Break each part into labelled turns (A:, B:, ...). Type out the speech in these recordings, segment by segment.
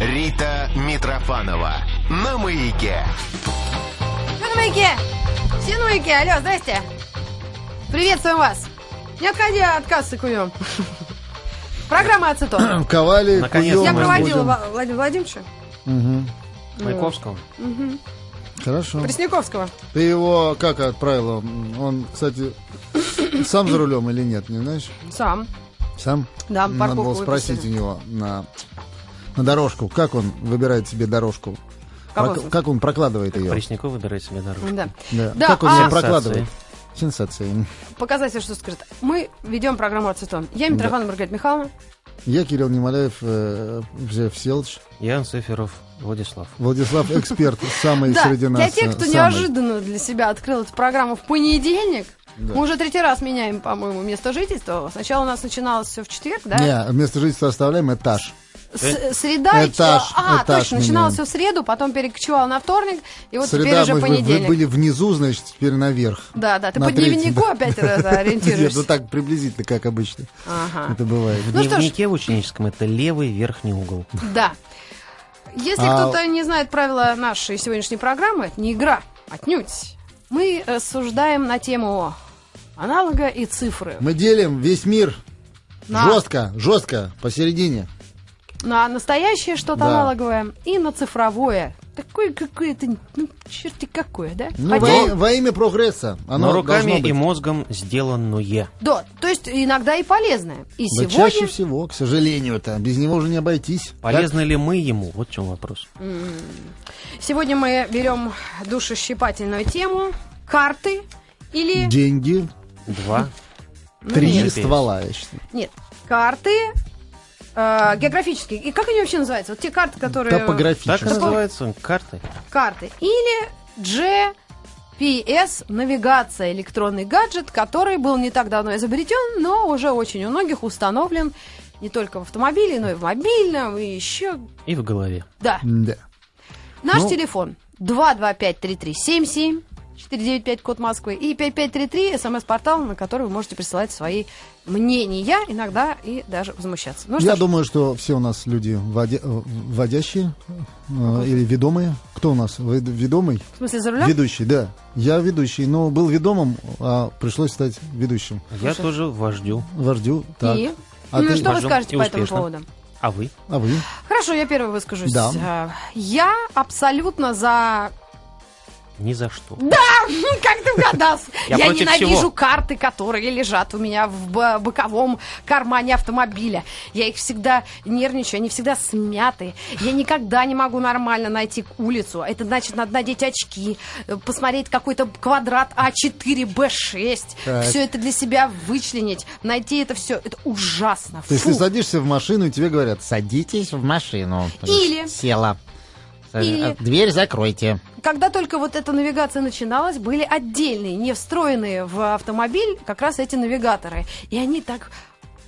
A: Рита Митрофанова на маяке.
B: Вы на маяке? Все на маяке? Алло, здрасте. Приветствуем вас. Не отходи от кассы, куем. Программа «Ацетон».
C: Ковали,
D: Наконец-то
C: куем
B: Я
D: мы
B: проводила
C: будем.
B: Ва- Владимира Владимировича Ну.
D: Маяковского.
C: Хорошо.
B: Пресняковского.
C: Ты его как отправила? Он, кстати, сам за рулем или нет, не знаешь?
B: Сам.
C: Сам?
B: Да,
C: Надо
B: парковку
C: было спросить у
B: выпустили.
C: него на, на дорожку. Как он выбирает себе дорожку?
B: Какой?
C: Прок- как он прокладывает ее?
D: Пресняков выбирает себе дорогу.
B: Да.
C: Да.
B: Да,
C: как он
B: а-
C: ее прокладывает? Сенсации.
B: Показатель, что скажет. Мы ведем программу «Ацетон». Я Митрофанова Маргарита Михайловна.
C: Я Кирилл Немоляев, э, Жеф Селч,
D: Ян Сеферов, Владислав.
C: Владислав Эксперт, самый
B: Да,
C: среди нас.
B: для тех, кто
C: э, самый.
B: неожиданно для себя открыл эту программу в понедельник,
C: Да.
B: мы уже третий раз меняем, по-моему, место жительства. Сначала у нас начиналось все в четверг, да?
C: Не, вместо жительства оставляем этаж.
B: С- среда и
C: Э, Этаж,
B: ч- А,
C: этаж
B: точно, начиналось
C: меняем.
B: все в среду, потом перекочевал на вторник, и вот теперь
C: Среда,
B: уже
C: мы, вы- вы
B: понедельник.
C: были внизу, значит, теперь наверх.
B: Да, да, ты
C: На
B: по
C: третьем,
B: дневнику
C: да.
B: опять это
C: Нет, ну
B: ориентируешься.
C: так приблизительно, как обычно.
B: Ага.
C: Это бывает.
D: В
B: Ну что ж.
D: дневнике в ученическом это левый верхний угол.
B: Да. Если
C: А-
B: кто-то не знает правила нашей сегодняшней программы, это не игра, отнюдь. Мы рассуждаем на тему аналога и цифры.
C: Мы делим весь мир
B: На-
C: жестко, жестко, посередине.
B: На настоящее что-то
C: Да.
B: аналоговое и на цифровое. Такое какое-то, ну, черти какое, да?
C: Ну,
B: Хотя-
C: во, во имя прогресса. Оно
D: Но руками
C: должно быть.
D: и мозгом сделанное.
B: Да, то есть иногда и полезное. И
C: Да
B: сегодня...
C: чаще всего, к сожалению-то, без него уже не обойтись.
D: Полезны ли мы ему? Вот в чем вопрос.
B: Сегодня мы берем душесчипательную тему карты или
C: Так, деньги,
D: Два.
B: Ну,
C: три
D: нет.
C: ствола, я считаю.
B: нет карты э, географические и как они вообще называются? Вот те карты, которые
D: Так и
C: Топографически.
D: называются карты.
B: карты или GPS навигация электронный гаджет, который был не так давно изобретен, но уже очень у многих установлен не только в автомобиле, но и в мобильном и еще
D: И в голове.
B: да.
C: Да.
B: Наш
C: Ну.
B: телефон 225-3377, 495 код Москвы и 5533 смс-портал, на который вы можете присылать свои мнения, иногда и даже возмущаться. Ну, что
C: Я
B: ж,
C: думаю, что все у нас люди водя- э, водящие э, или ведомые. Кто у нас? Вед- Ведомый?
B: в смысле за рулем?
C: Ведущий, да. Я ведущий, но был ведомым, а пришлось стать ведущим.
D: Я тоже вождю.
C: Вождю. Так.
B: И?
C: А,
B: ну,
C: ты-
B: что вы
D: Пожалуйста,
B: скажете
D: и
B: по этому
D: успешно.
B: поводу?
D: А вы?
C: а вы?
B: Хорошо, я первый выскажусь.
C: Да.
B: А, Я абсолютно за...
D: Ни за что.
B: Как ты угадал?
D: Я
B: Я
D: против
B: ненавижу
D: всего.
B: карты, которые лежат у меня в бо- боковом кармане автомобиля. Я их всегда нервничаю, они всегда смяты. Я никогда не могу нормально найти улицу. Это значит, надо надеть очки, э, посмотреть какой-то квадрат А А4, Б6.
C: Так.
B: Все это для себя вычленить, найти это все. Это ужасно.
C: То есть ты
B: Фу.
C: садишься в машину, и тебе говорят,
E: Садитесь в машину.
B: Или-
E: Села.
B: Или-
E: Дверь закройте.
B: Когда только вот эта навигация начиналась, были отдельные, не встроенные в автомобиль как раз эти навигаторы. И они так,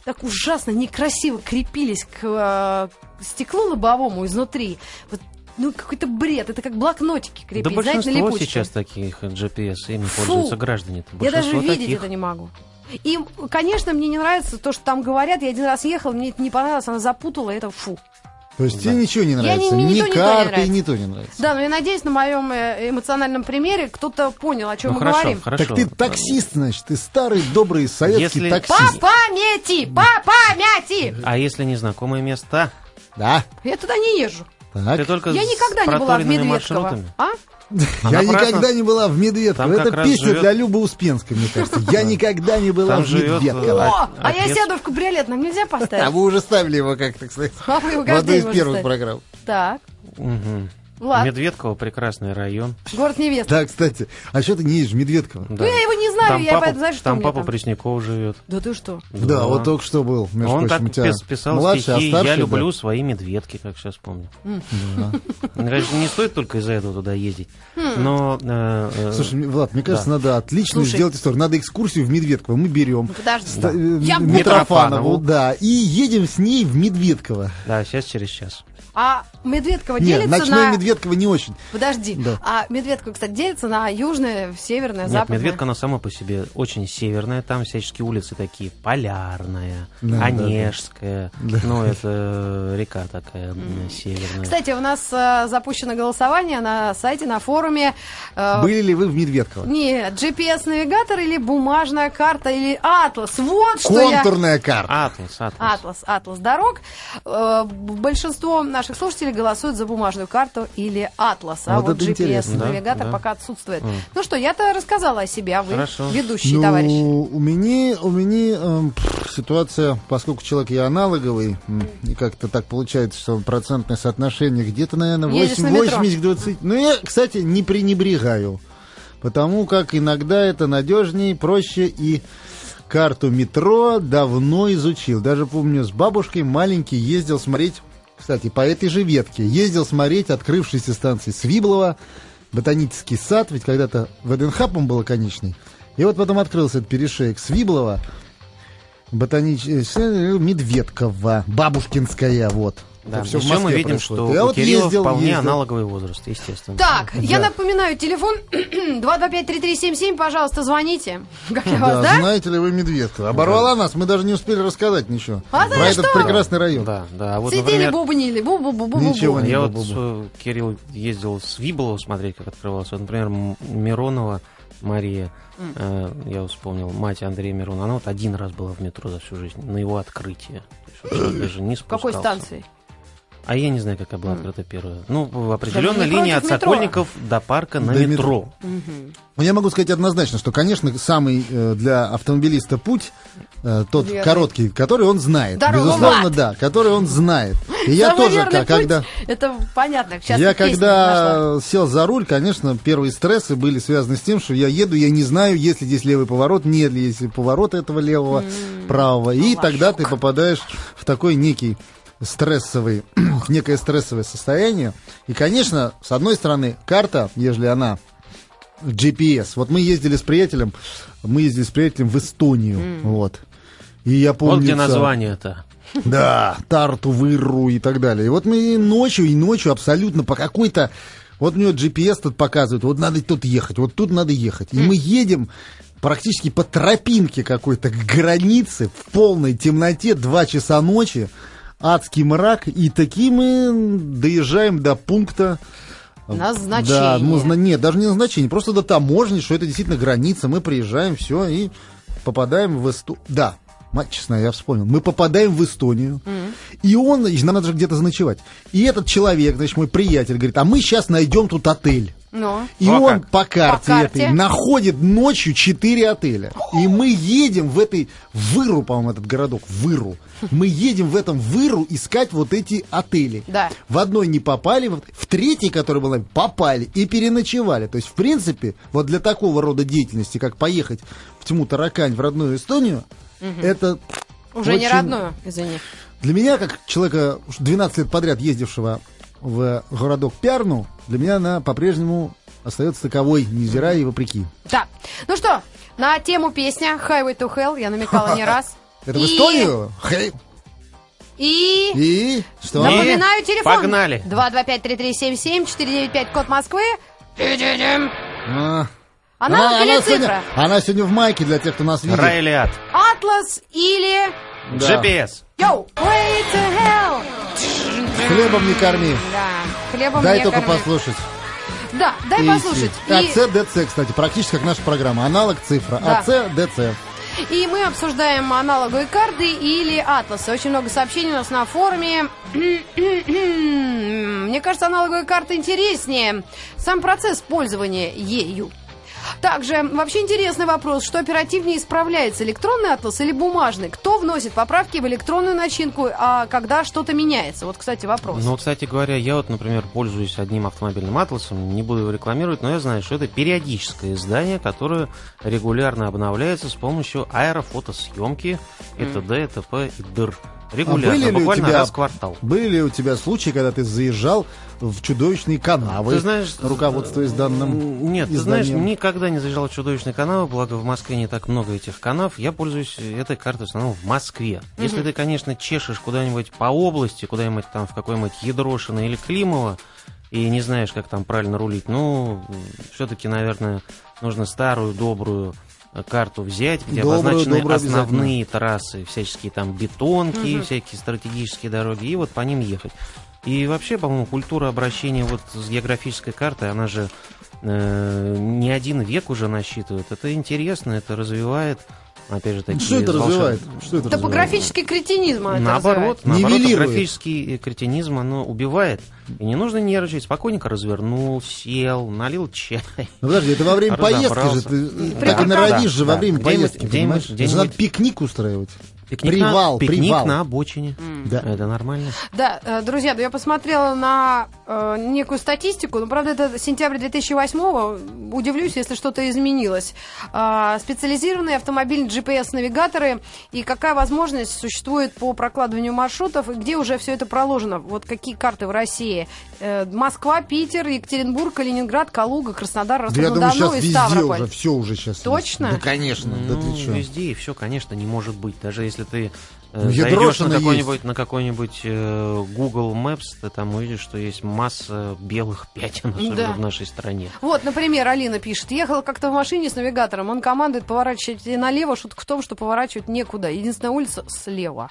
B: так ужасно некрасиво крепились к э, стеклу лобовому изнутри. Вот, ну, какой-то бред. Это как блокнотики крепить,
D: да
B: знаете, на
D: большинство
B: липучке.
D: сейчас таких GPS, ими
B: Фу.
D: пользуются граждане.
B: Я даже видеть
D: Ну,
B: это не могу. И, конечно, мне не нравится то, что там говорят. Я один раз ехала, мне это не понравилось, она запутала, и это фу.
C: то есть тебе
D: Да.
C: ничего не
B: Я
C: нравится?
B: ни- ни то, ни
C: ни
B: то не
C: карты,
B: нравится.
C: ни то не нравится.
B: Да, но я надеюсь, на моем э, эмоциональном примере кто-то понял, о чем
D: Ну
B: мы
D: хорошо,
B: говорим.
D: хорошо.
C: Так ты таксист, значит, ты старый, добрый советский
D: Если-
B: По
C: таксист.
B: памяти! По памяти!
D: А если незнакомые места?
C: Да.
B: Я туда не езжу.
C: Так.
D: Ты только
B: Я
D: с
B: никогда не была в
D: проторенными
B: Медведково.
D: маршрутами.
B: А?
C: Я
D: А напрасно?
C: никогда не была в Медведково.
D: Там как
C: Это
D: раз
C: песня
D: живет-
C: для Любы Успенской, мне кажется. Я никогда не была
D: Там
C: в
D: живет,
C: Медведково.
D: А,
B: О, а я
D: отец?
B: сяду в кабриолет, нам нельзя
C: А
B: поставить?
C: вы уже ставили его как, так сказать,
B: А вы его
C: в одной
B: каждый
C: из первых программ.
B: Так,
D: Мгм.
B: ладно,
D: Медведково прекрасный район.
B: город невест.
C: Да, кстати. А что ты не едешь в Медведково?
B: Ну,
D: Да.
B: я его не знаю,
D: Там
B: я
D: папа,
B: поэтому знаю, что у
D: там
B: меня
D: папа Пресняков живет.
B: Да ты что?
C: Да, вот только что был, между
D: Он так
C: прочим, у тебя
D: пис- писал
C: младший, а
D: стихи
C: старший,
D: «Я
C: да.
D: люблю свои медведки», как сейчас помню. Мне кажется, не стоит только из-за этого туда ездить.
B: Хм.
D: Но э, э,
C: Слушай, мне- Влад, мне кажется, надо отлично
B: Слушай.
C: сделать историю. Надо экскурсию в Медведково. Мы берем
B: Ну, Подожди.
C: Ста- э,
B: Я буду.
C: Митрофанову,
D: Митрофанову.
C: да, и едем с ней в Медведково.
D: да, сейчас через час.
B: А Медведкова
C: Нет,
B: делится
C: ночной
B: на...
C: Медведкова не очень.
B: Подожди.
C: Да.
B: А медведка, кстати, делится на южное, северное,
D: Нет,
B: западное.
D: Медведка, она сама по себе очень северная, там всяческие улицы такие, Полярная,
C: Да, да, да.
D: Онежская, ну, это река такая м, северная.
B: Кстати, у нас э, запущено голосование на сайте, на форуме. э,
C: Были ли вы в Медведково?
B: Нет, GPS-навигатор или бумажная карта или атлас. Вот что я...
C: Контурная карта.
D: Атлас, Атлас.
B: Атлас, атлас дорог. Э, Большинство наших слушателей голосуют за бумажную карту или атлас, а
C: Вот
B: вот,
C: это интересно.
B: GPS-навигатор
D: Да, да.
B: пока отсутствует. Ну что, я-то рассказала о себе, а вы,
D: Хорошо.
B: ведущий
C: Ну,
B: товарищ.
C: у меня, у меня эм, пф, ситуация, поскольку человек я аналоговый, м, и как-то так получается, что процентное соотношение где-то, наверное,
B: Едешь на
C: 8,
B: метро.
C: 80 к 20. Но я, кстати, не пренебрегаю, потому как иногда это надежнее, проще и карту метро давно изучил. Даже помню, с бабушкой маленький ездил смотреть, кстати, по этой же ветке, ездил смотреть открывшиеся станции Свиблова, ботанический сад, ведь когда-то ВДНХ, по был конечный. И вот потом открылся этот перешеек Свиблова, э, ботанический, Медведкова, Бабушкинская, вот.
D: Да.
C: Это всё в
D: Еще мы
C: Москве
D: видим,
C: происходит.
D: что
C: Я
D: у
C: вот
D: Кирилла
C: ездил,
D: вполне
C: ездил.
D: аналоговый возраст, естественно.
B: Так, я
C: Да.
B: напоминаю, телефон 225-3377, пожалуйста, звоните. Как я вас, да?
C: знаете ли вы Медведкова? Оборвала нас, мы даже не успели рассказать ничего.
B: А за
C: Про этот
B: что?
C: прекрасный район.
D: Да, да. а Вот,
B: Сидели,
D: например,
B: бубнили, бу-бу-бу-бу-бу.
C: Ничего не
D: я вот,
C: бу-бу-бу.
D: э, Кирилл, ездил с Виблова смотреть, как открывался. Вот, например, М- Миронова Мария, э, я вот вспомнил, мать Андрея Миронова, она вот один раз была в метро за всю жизнь, на его открытие. То есть вот человек даже не
B: В какой
D: спускался.
B: станции?
D: А я не знаю, какая была открыта первая. Ну, в
B: Да
D: определенной
B: вы не
D: линии от
B: против метро.
D: Сокольников до парка на
C: До метро.
D: метро.
C: Ну, Я могу сказать однозначно, что, конечно, самый э, для автомобилиста путь э, тот
B: Верный.
C: короткий, который он знает.
B: Дорога в
C: Безусловно,
B: ад.
C: да, который он знает. И я
B: Самый
C: тоже,
B: верный
C: ка- когда...
B: путь, Это понятно. Сейчас
C: я
B: песня нашла.
C: когда сел за руль, конечно, первые стрессы были связаны с тем, что я еду, я не знаю, есть ли здесь левый поворот, нет ли здесь поворота этого левого, правого.
B: ну,
C: И тогда ты попадаешь в такой некий стрессовый, некое стрессовое состояние. И, конечно, с одной стороны, карта, ежели она GPS. Вот мы ездили с приятелем, мы ездили с приятелем в Эстонию, вот. И я помню...
D: Вот где название-то.
C: Да, Тарту, Выру и так далее. И вот мы и ночью, и ночью абсолютно по какой-то... Вот мне вот GPS тут показывает, вот надо тут ехать, вот тут надо ехать. И мы едем практически по тропинке какой-то к границе в полной темноте, 2 часа ночи, адский мрак, и таки мы доезжаем до пункта...
B: Назначение.
C: Да, ну, зна- нет, даже не назначение, просто до таможни, что это действительно граница. Мы приезжаем, все, и попадаем в Эстонию. Да, мать честная, я вспомнил. Мы попадаем в Эстонию, и он, и нам надо же где-то заночевать. И этот человек, значит, мой приятель, говорит, а мы сейчас найдем тут отель.
B: Ну.
C: И
D: О,
C: он
D: как.
C: по карте,
B: карте.
C: этой находит ночью 4 отеля. И мы едем в этой Выру, по-моему, этот городок, Выру. Мы едем в этом Выру искать вот эти отели.
B: Да.
C: В одной не попали, в в третий, который был, попали и переночевали. То есть, в принципе, вот для такого рода деятельности, как поехать в тьму таракань в родную Эстонию, это
B: Уже не
C: очень-
B: родную, извини.
C: для меня, как человека, уж 12 лет подряд ездившего в городок Пярну, для меня она по-прежнему остается таковой, невзирая и вопреки.
B: Да. Ну что, на тему песня Highway to Hell я намекала не раз.
C: Это
B: И-
C: в Эстонию? Хей.
B: И...
C: И что?
D: Да.
B: Напоминаю телефон.
D: Погнали.
B: 225-3377, 495, код Москвы.
C: А.
B: Аналог
C: А,
B: или
C: сегодня,
B: цифра?
C: она сегодня в майке для тех, кто нас видит.
D: Рай или ад?
B: Атлас или...
C: Да.
D: GPS.
B: Йоу, way to hell.
C: Хлебом не корми.
B: Да, хлебом
C: Дай
B: не
C: только
B: кормят.
C: послушать.
B: Да, дай
C: И-
B: послушать.
C: и- А,
B: И-
C: С, Д, Ц, кстати, практически как наша программа. Аналог цифра.
B: Да.
C: А, С, Д, Ц.
B: И мы обсуждаем аналоговые карты или атласы. Очень много сообщений у нас на форуме. Мне кажется, аналоговые карты интереснее. Сам процесс пользования ею. Также вообще интересный вопрос, что оперативнее исправляется, электронный атлас или бумажный? Кто вносит поправки в электронную начинку, а когда что-то меняется? Вот, кстати, вопрос.
D: Ну, кстати говоря, я вот, например, пользуюсь одним автомобильным атласом, не буду его рекламировать, но я знаю, что это периодическое издание, которое регулярно обновляется с помощью аэрофотосъемки и т.д. и т.п. и дыр.
C: А были
D: Регулярно,
C: ли у
D: буквально
C: тебя-
D: раз в квартал.
C: Были ли у тебя случаи, когда ты заезжал в чудовищные канавы,
D: Ты знаешь,
C: а руководствуясь данным
D: М, Нет, ты знаешь,
C: изданием?
D: никогда не заезжал в чудовищные канавы, благо в Москве не так много этих канав. Я пользуюсь этой картой в основном в Москве. Если ты, конечно, чешешь куда-нибудь по области, куда-нибудь там в какое-нибудь Ядрошино или Климово, и не знаешь, как там правильно рулить. Ну, все-таки, наверное, нужно старую добрую э, карту взять, где
C: Добрую,
D: обозначены
C: добрую
D: основные трассы, всяческие там бетонки, всякие стратегические дороги, и вот по ним ехать. И вообще, по-моему, культура обращения вот с географической картой, она же э, не один век уже насчитывает. Это интересно, это развивает, опять же, такие...
C: Ну, Что это
D: волшеб-
C: развивает? Что это развивает?
B: Топографический кретинизм. а это называют.
D: Наоборот, наоборот,
C: Нивелирует.
D: графический э, кретинизм, оно убивает. И не нужно нервничать. Спокойненько развернул, сел, налил чай.
C: Ну, подожди, это во время поездки же.
D: Разобрался.
C: Ты, э,
D: Да,
C: так и
D: да,
C: норовишь же
D: да.
C: во время
D: Где-нибудь-
C: поездки,
D: где-нибудь-
C: понимаешь? Это же
D: где-нибудь-
C: Надо пикник устраивать.
D: Пикник
C: Привал,
D: на, пикник
C: привал.
D: на обочине.
C: Да.
D: Это нормально.
B: Да, э, друзья, ну я посмотрела на э, некую статистику, ну, правда, это сентябрь 2008 удивлюсь, если что-то изменилось. А, специализированные автомобильные GPS-навигаторы и какая возможность существует по прокладыванию маршрутов, и где уже все это проложено, вот какие карты в России. Э, Москва, Питер, Екатеринбург, Калининград, Калуга, Краснодар,
C: Да я думаю,
B: Ростов-на-Дону
C: сейчас
B: и
C: везде
B: Ставрополь.
C: уже, все уже сейчас.
B: Точно?
E: Да, конечно.
C: Ну, Да ты чё?
D: Ну, везде и все, конечно, не может быть. Даже если ты
C: Ну,
D: э, зайдешь
C: Ядрошина
D: на
C: есть.
D: какой-нибудь, на какой-нибудь э, Google Maps, ты там увидишь, что есть масса белых пятен, особенно
B: Да.
D: в нашей стране.
B: Вот, например, Алина пишет. Ехала как-то в машине с навигатором. Он командует поворачивать налево. Шутка в том, что поворачивать некуда. Единственная улица слева.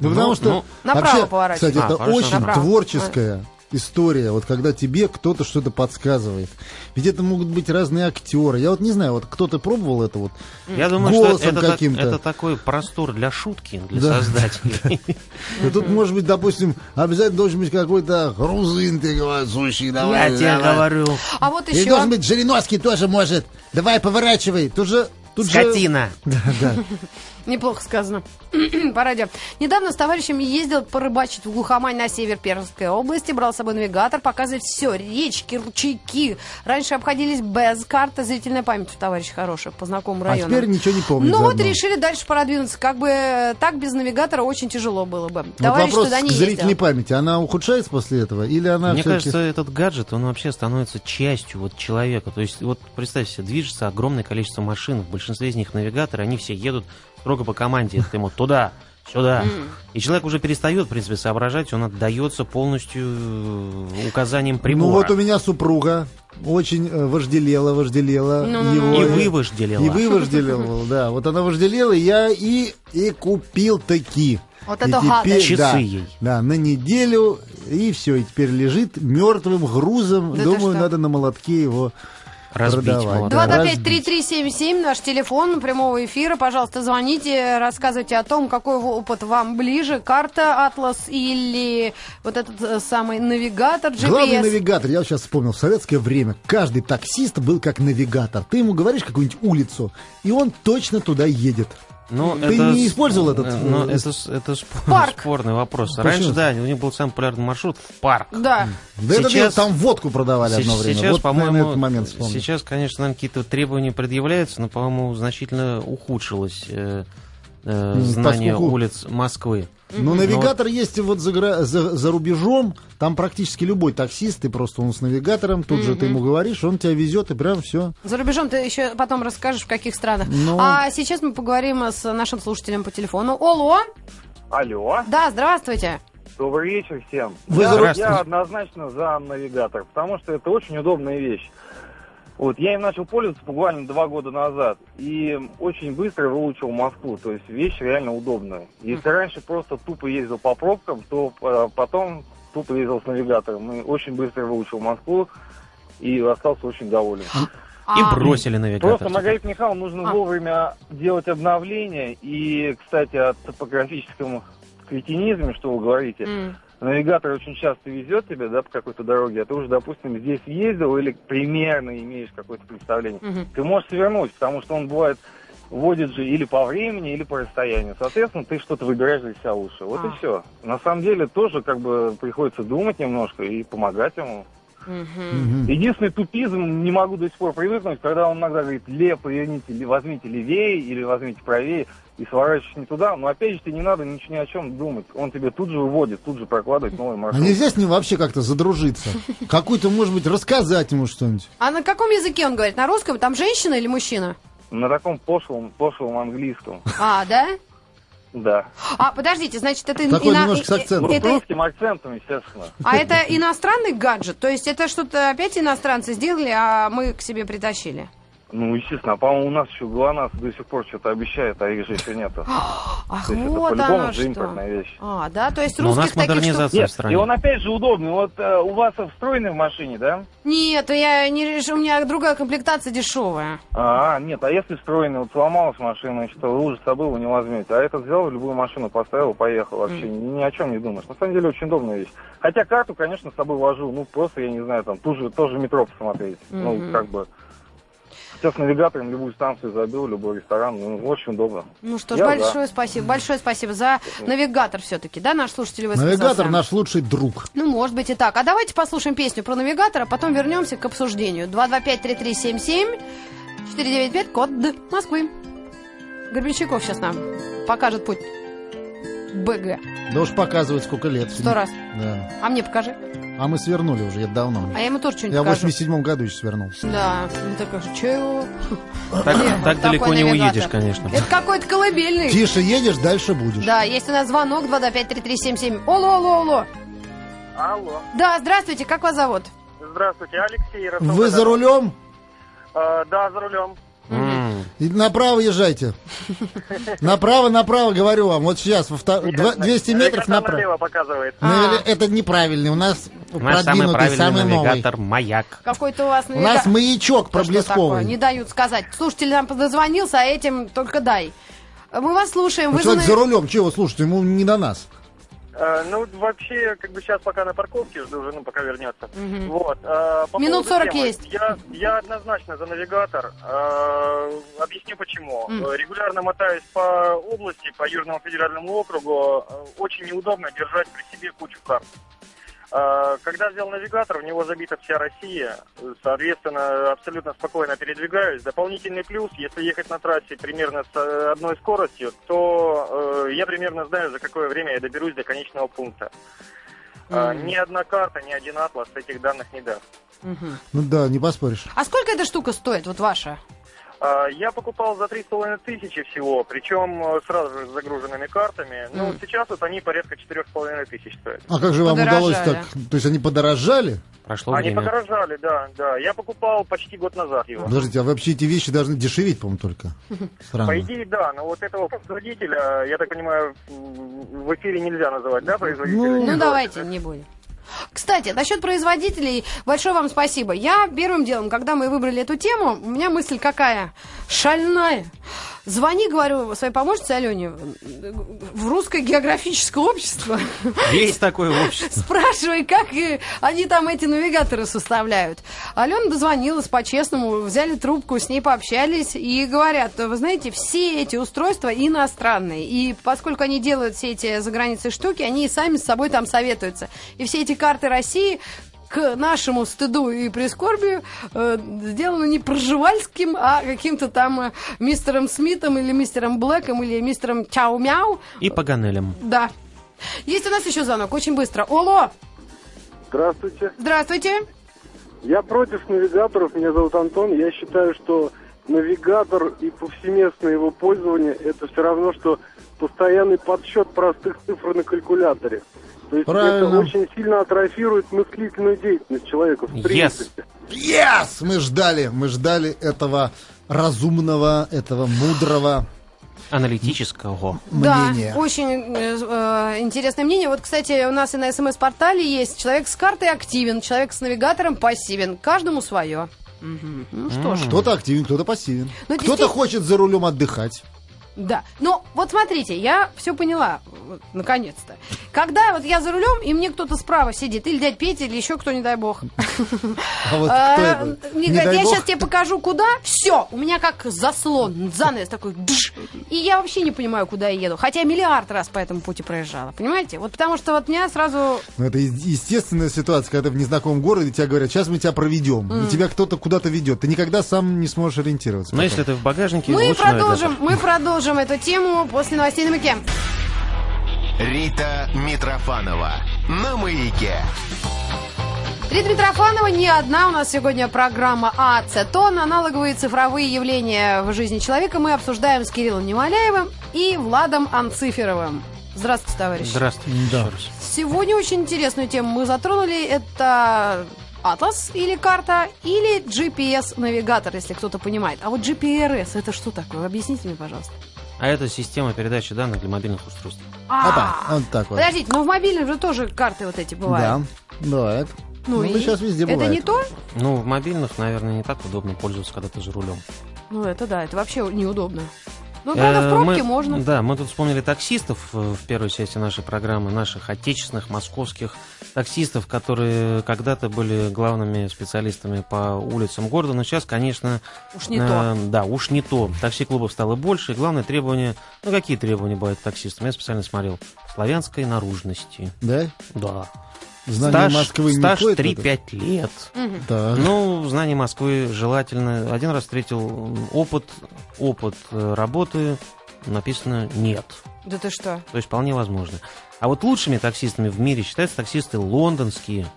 C: Ну, потому что...
D: ну,
B: Направо
C: вообще,
B: поворачивай.
C: Кстати,
D: А,
C: это
D: хорошо.
C: очень
B: Направо.
C: творческая история, вот когда тебе кто-то что-то подсказывает. Ведь это могут быть разные актеры. Я вот не знаю, вот кто-то пробовал это вот?
D: Я думаю,
C: Голосом
D: что это, так-
C: каким-то.
D: это такой простор для шутки, для
C: Да.
D: создателей.
C: Ну, тут, может быть, допустим, обязательно должен быть какой-то грузин, ты говоришь, слушай, давай, давай».
D: говорю.
B: А вот
C: Или
B: еще...
C: должен быть Жириновский тоже может. Давай, поворачивай. Тут же... Тут же-
D: Скотина.
B: Неплохо сказано. по радио. Недавно с товарищами ездил порыбачить в глухомань на север Пермской области. Брал с собой навигатор, показывает все. Речки, ручейки. Раньше обходились без карты. Зрительная память у товарищей хорошая по знакомым
C: А
B: районам.
C: теперь ничего не помню.
B: Ну вот решили дальше продвинуться. Как бы э, так без навигатора очень тяжело было бы.
C: вопрос
B: Товарищ туда не
C: к
B: ездил.
C: зрительной памяти. Она ухудшается после этого? Или она А,
D: Мне
C: всё-таки- Ну,
D: кажется, этот гаджет, он вообще становится частью вот человека. То есть, вот представьте себе, движется огромное количество машин, в большинстве из них навигаторы, они все едут строго по команде, это ему туда, сюда. И человек уже перестает, в принципе, соображать, он отдается полностью э, указаниям прибора.
C: Ну вот у меня супруга очень э, вожделела, вожделела.
B: Ну,
C: его...
D: И вы вожделела.
C: И вы вожделела, да. Вот она вожделела, и я и, и купил таки.
B: Вот
C: И
B: это
C: теперь,
B: гадость.
D: Часы
C: да,
D: ей.
C: Да, на неделю, и все, и теперь лежит мертвым грузом.
B: Да ты
C: Думаю,
B: что?
C: надо на молотке его
D: Разбить
C: продавать.
D: молоток.
C: Да,
B: 225-3377, наш телефон прямого эфира. Пожалуйста, звоните, рассказывайте о том, какой во- опыт вам ближе. Карта, атлас или вот этот э, самый навигатор, GPS.
C: Главный навигатор, я сейчас вспомнил, в советское время каждый таксист был как навигатор. Ты ему говоришь какую-нибудь улицу, и он точно туда едет.
D: Ну,
C: Ты не использовал этот,
D: э, ну,
C: э,
D: это, с- это спор-
B: Парк.
D: спорный вопрос.
C: Почему?
D: Раньше, да, у них был самый популярный маршрут в парк.
B: Да.
C: Да это дело,
D: Сейчас-
C: там водку продавали
D: Се-
C: одно время.
D: Сейчас,
C: вот, наверное,
D: по-моему,
C: этот момент вспомнил.
D: сейчас, конечно, нам какие-то требования предъявляются, но, по-моему, значительно ухудшилось э, э,
C: Ну,
D: знание
C: поскольку-
D: улиц Москвы.
C: Но навигатор есть и вот за, гра- за, за рубежом, там практически любой таксист, ты просто он с навигатором, тут же ты ему говоришь, он тебя везет и прям все.
B: За рубежом ты еще потом расскажешь, в каких странах.
C: Ну.
B: А сейчас мы поговорим с нашим слушателем по телефону. Оло,
F: Алло,
B: да, здравствуйте.
F: добрый вечер всем.
C: Вы
F: я,
C: за-
D: Здравствуйте.
F: я однозначно за навигатор, потому что это очень удобная вещь. Вот, я им начал пользоваться буквально два года назад и очень быстро выучил Москву, то есть вещь реально удобная. Если раньше просто тупо ездил по пробкам, то э, потом тупо ездил с навигатором и очень быстро выучил Москву и остался очень доволен.
D: И
B: А,
D: бросили навигатор.
F: Просто, Маргарита Михайловна, нужно
B: А.
F: вовремя делать обновления. И, кстати, о топографическом кретинизме, что вы говорите,
B: м,
F: навигатор очень часто везет тебя, да, по какой-то дороге, а ты уже, допустим, здесь ездил или примерно имеешь какое-то представление.
B: мгм.
F: Ты можешь свернуть, потому что он бывает вводит же или по времени, или по расстоянию. Соответственно, ты что-то выбираешь для себя лучше. Вот
B: А.
F: и все. На самом деле тоже как бы приходится думать немножко и помогать ему.
B: Мгм.
C: Мгм.
F: Единственный тупизм, не могу до сих пор привыкнуть, когда он иногда говорит, лев, поверните, ле- возьмите левее или возьмите правее, и сворачиваешь не туда. Но опять же, тебе не надо ничего ни о чем думать. Он тебе тут же выводит, тут же прокладывает новый
C: А
F: маршрут.
C: нельзя с ним вообще как-то задружиться? Какую-то, может быть, рассказать ему что-нибудь?
B: А на каком языке он говорит? На русском? Там женщина или мужчина?
F: На таком пошлом, пошлом английском.
B: А, да?
F: Да.
B: А, подождите, значит, это...
C: Такой
B: ино-
C: немножко с
B: э- э-
C: акцентом.
F: Ну, с
B: это-
F: русским акцентом, естественно.
B: А это иностранный гаджет? То есть это что-то опять иностранцы сделали, а мы к себе притащили?
F: Ну, естественно, а, по-моему, у нас еще глонас до сих пор что-то обещает, а их же еще нету.
B: Ах,
F: То есть это
B: вот
F: по-любому
B: оно
F: же
B: что.
F: импортная вещь.
B: А, да, то есть
D: Но у
B: русских
D: нас
B: таких штук...
D: модернизация в стране.
F: и он опять же удобный. Вот э, у вас встроенный в машине, да?
B: Нет, я не реш- у меня другая комплектация дешевая.
F: А, нет, а если встроенный, вот сломалась машина, и что вы уже с собой его не возьмете. А этот взял, в любую машину поставил, поехал вообще, ни, ни о чем не думаешь. На самом деле очень удобная вещь. Хотя карту, конечно, с собой вожу, ну просто, я не знаю, там ту же, тоже метро посмотреть.
B: Мгм.
F: Ну, как бы. Сейчас навигатором любую станцию забил, любой ресторан, ну, очень удобно.
B: Ну что ж,
F: Я за.
B: большое спасибо. Большое спасибо за навигатор все-таки, да, наш слушатель высказался?
C: Навигатор наш лучший друг.
B: Ну, может быть и так. А давайте послушаем песню про навигатора, потом вернемся к обсуждению. 225-3377, 495, код Д, Москвы. Горбенщиков сейчас нам покажет путь. БГ.
C: Да уж показывать сколько лет.
B: Сто раз.
C: Да.
B: А мне покажи.
C: А мы свернули уже, это давно.
B: А я ему тоже что-нибудь
C: Я в
B: покажу.
C: 87-м году еще свернулся.
B: Да, ну так же, чего?
D: Так, так далеко не уедешь, конечно.
B: Это какой-то колыбельный.
C: Тише едешь, дальше будешь.
B: Да, есть у нас звонок 225-3377. Алло, алло, алло.
G: Алло,
B: Да, здравствуйте, как вас зовут?
G: здравствуйте, Алексей Ярослав.
C: Вы за рулем?
G: Э, да, за рулем.
D: М.
C: И направо езжайте. Направо, направо, говорю вам. Вот сейчас, во вто- два- 200 метров
G: Рекорд
C: направо.
G: налево показывает.
C: Навер-
B: А.
C: Это неправильный. У нас
D: У нас самый
C: продвинутый,
D: правильный
C: самый новый.
D: навигатор «Маяк».
B: Какой-то у вас
C: У нас
B: навига-
C: маячок
B: Да что такое,
C: проблесковый. Ну,
B: Не дают сказать. Слушатель нам подозвонился, а этим только дай. Мы вас слушаем.
C: Ну,
B: Вы
C: человек
B: зана-
C: за рулем, чего слушать, ему не до нас.
G: Э, ну, вообще, как бы сейчас пока на парковке жду жену, пока вернется. Вот. э, по
B: Минут
G: поводу
B: 40
G: темы.
B: есть.
G: Я, я однозначно за навигатор. Э, объясню почему.
B: Мгм.
G: Э, Регулярно мотаюсь по области, по Южному федеральному округу. Э, Очень неудобно держать при себе кучу карт. Э, Когда взял навигатор, в него забита вся Россия, Э, соответственно, абсолютно спокойно передвигаюсь. Дополнительный плюс, если ехать на трассе примерно с э, одной скоростью, то э, я примерно знаю, за какое время я доберусь до конечного пункта. Э,
B: Мгм.
G: Ни одна карта, ни один атлас этих данных не даст.
B: Мгм.
C: Ну да, не поспоришь.
B: А сколько эта штука стоит, вот ваша?
G: А, Я покупал за 3,5 тысячи всего, причем э, сразу же с загруженными картами. Ну,
B: Мгм.
G: сейчас вот они порядка 4,5 тысяч стоят.
C: А как же вам
B: Подорожали.
C: удалось так? То есть они подорожали?
D: Прошло
G: они
D: время.
G: подорожали, да, да. Я покупал почти год назад его.
C: Подождите, а вообще эти вещи должны дешеветь, по-моему, только.
G: По
C: Странно.
G: идее, да, но вот этого производителя, я так понимаю, в в эфире нельзя называть, да, производителя?
C: Ну,
B: Ну,
G: Нет.
B: давайте, не будем. Кстати, насчет производителей, большое вам спасибо. Я первым делом, когда мы выбрали эту тему, у меня мысль какая? Шальная. Звони, говорю, своей помощнице Алене, в русское географическое общество.
D: Есть такое общество.
B: Спрашивай, как э, они там эти навигаторы составляют. Алена дозвонилась по-честному, взяли трубку, с ней пообщались и говорят, вы знаете, все эти устройства иностранные. И поскольку они делают все эти за границей штуки, они и сами с собой там советуются. И все эти карты России к нашему стыду и прискорбию э, сделано не проживальским, а каким-то там э, мистером Смитом или мистером Блэком или мистером Чау-Мяу.
D: И по ганелям.
B: Да. Есть у нас еще звонок, очень быстро. Оло,
H: Здравствуйте.
B: здравствуйте.
H: Я против навигаторов. Меня зовут Антон. Я считаю, что навигатор и повсеместное его пользование это все равно, что постоянный подсчет простых цифр на калькуляторе. То есть
C: Правильно.
H: это очень сильно атрофирует мыслительную деятельность человека. В
D: Yes.
H: принципе.
C: Yes! Мы ждали, мы ждали этого разумного, этого мудрого
D: Аналитического.
C: мнения.
B: Да, очень э, э, интересное мнение. Вот, кстати, у нас и на СМС-портале есть человек с картой активен, человек с навигатором пассивен. Каждому свое. Мгм. Ну что ж,
C: Кто-то активен, кто-то пассивен.
B: Ну,
C: Кто-то
B: действи-
C: хочет за рулем отдыхать.
B: да. Но вот смотрите, я все поняла, вот, наконец-то. Когда вот я за рулем, и мне кто-то справа сидит, или дядь Петя, или еще кто, не дай бог.
C: А вот кто
B: А,
C: это?
B: Мне
C: Не
B: говорят,
C: дай
B: я
C: бог.
B: сейчас тебе покажу, куда. Все, у меня как заслон, занавес такой. дж. и я вообще не понимаю, куда я еду. Хотя я миллиард раз по этому пути проезжала. Понимаете? Вот потому что вот меня сразу...
C: Ну, это е- естественная ситуация, когда ты в незнакомом городе, тебе говорят, сейчас мы тебя проведем. И тебя кто-то куда-то ведет. Ты никогда сам не сможешь ориентироваться.
D: Но
C: потом.
D: если ты в багажнике,
B: Мы
D: лучше навигатор.
B: продолжим, мы продолжим эту тему после новостей на Мике.
A: Рита Митрофанова на маяке.
B: Рита Митрофанова не одна. У нас сегодня программа «Ацетон. Аналоговые цифровые явления в жизни человека». Мы обсуждаем с Кириллом Немоляевым и Владом Анциферовым. Здравствуйте, товарищи.
D: Здравствуйте.
C: Да.
D: еще раз.
B: Сегодня очень интересную тему мы затронули. Это атлас или карта, или GPS-навигатор, если кто-то понимает. А вот GPRS это что такое? Объясните мне, пожалуйста.
D: А это система передачи данных для мобильных устройств.
C: Опа,
B: А,
C: вот так вот.
B: Подождите, но в мобильном же тоже карты вот эти
C: Да,
B: бывают.
C: бывает. Ну,
B: и
C: сейчас везде
B: Это
C: бывает.
B: не то?
D: Ну, в мобильных, наверное, не так удобно пользоваться, когда ты за рулем.
B: Ну, это да, это вообще неудобно. Ну, правда,
D: Э,
B: в пробке
D: мы-
B: можно.
D: Да, мы тут вспомнили таксистов э, в первой части нашей программы, наших отечественных, московских таксистов, которые когда-то были главными специалистами по улицам города, но сейчас, конечно...
B: Уж не
D: э,
B: то.
D: Да, уж не то. Такси-клубов стало больше, и главное требование... Ну, какие требования бывают к таксистам? Я специально смотрел. Славянской наружности.
C: Да?
D: Да.
C: Знание
D: стаж
C: Москвы не
D: стаж
C: входит в
D: 3-5 лет.
B: Мгм.
C: это? Так.
D: Ну, знание Москвы желательно. Один раз встретил м, опыт, опыт э, работы, написано «нет».
B: Да ты что?
D: То есть вполне возможно. А вот лучшими таксистами в мире считаются таксисты лондонские.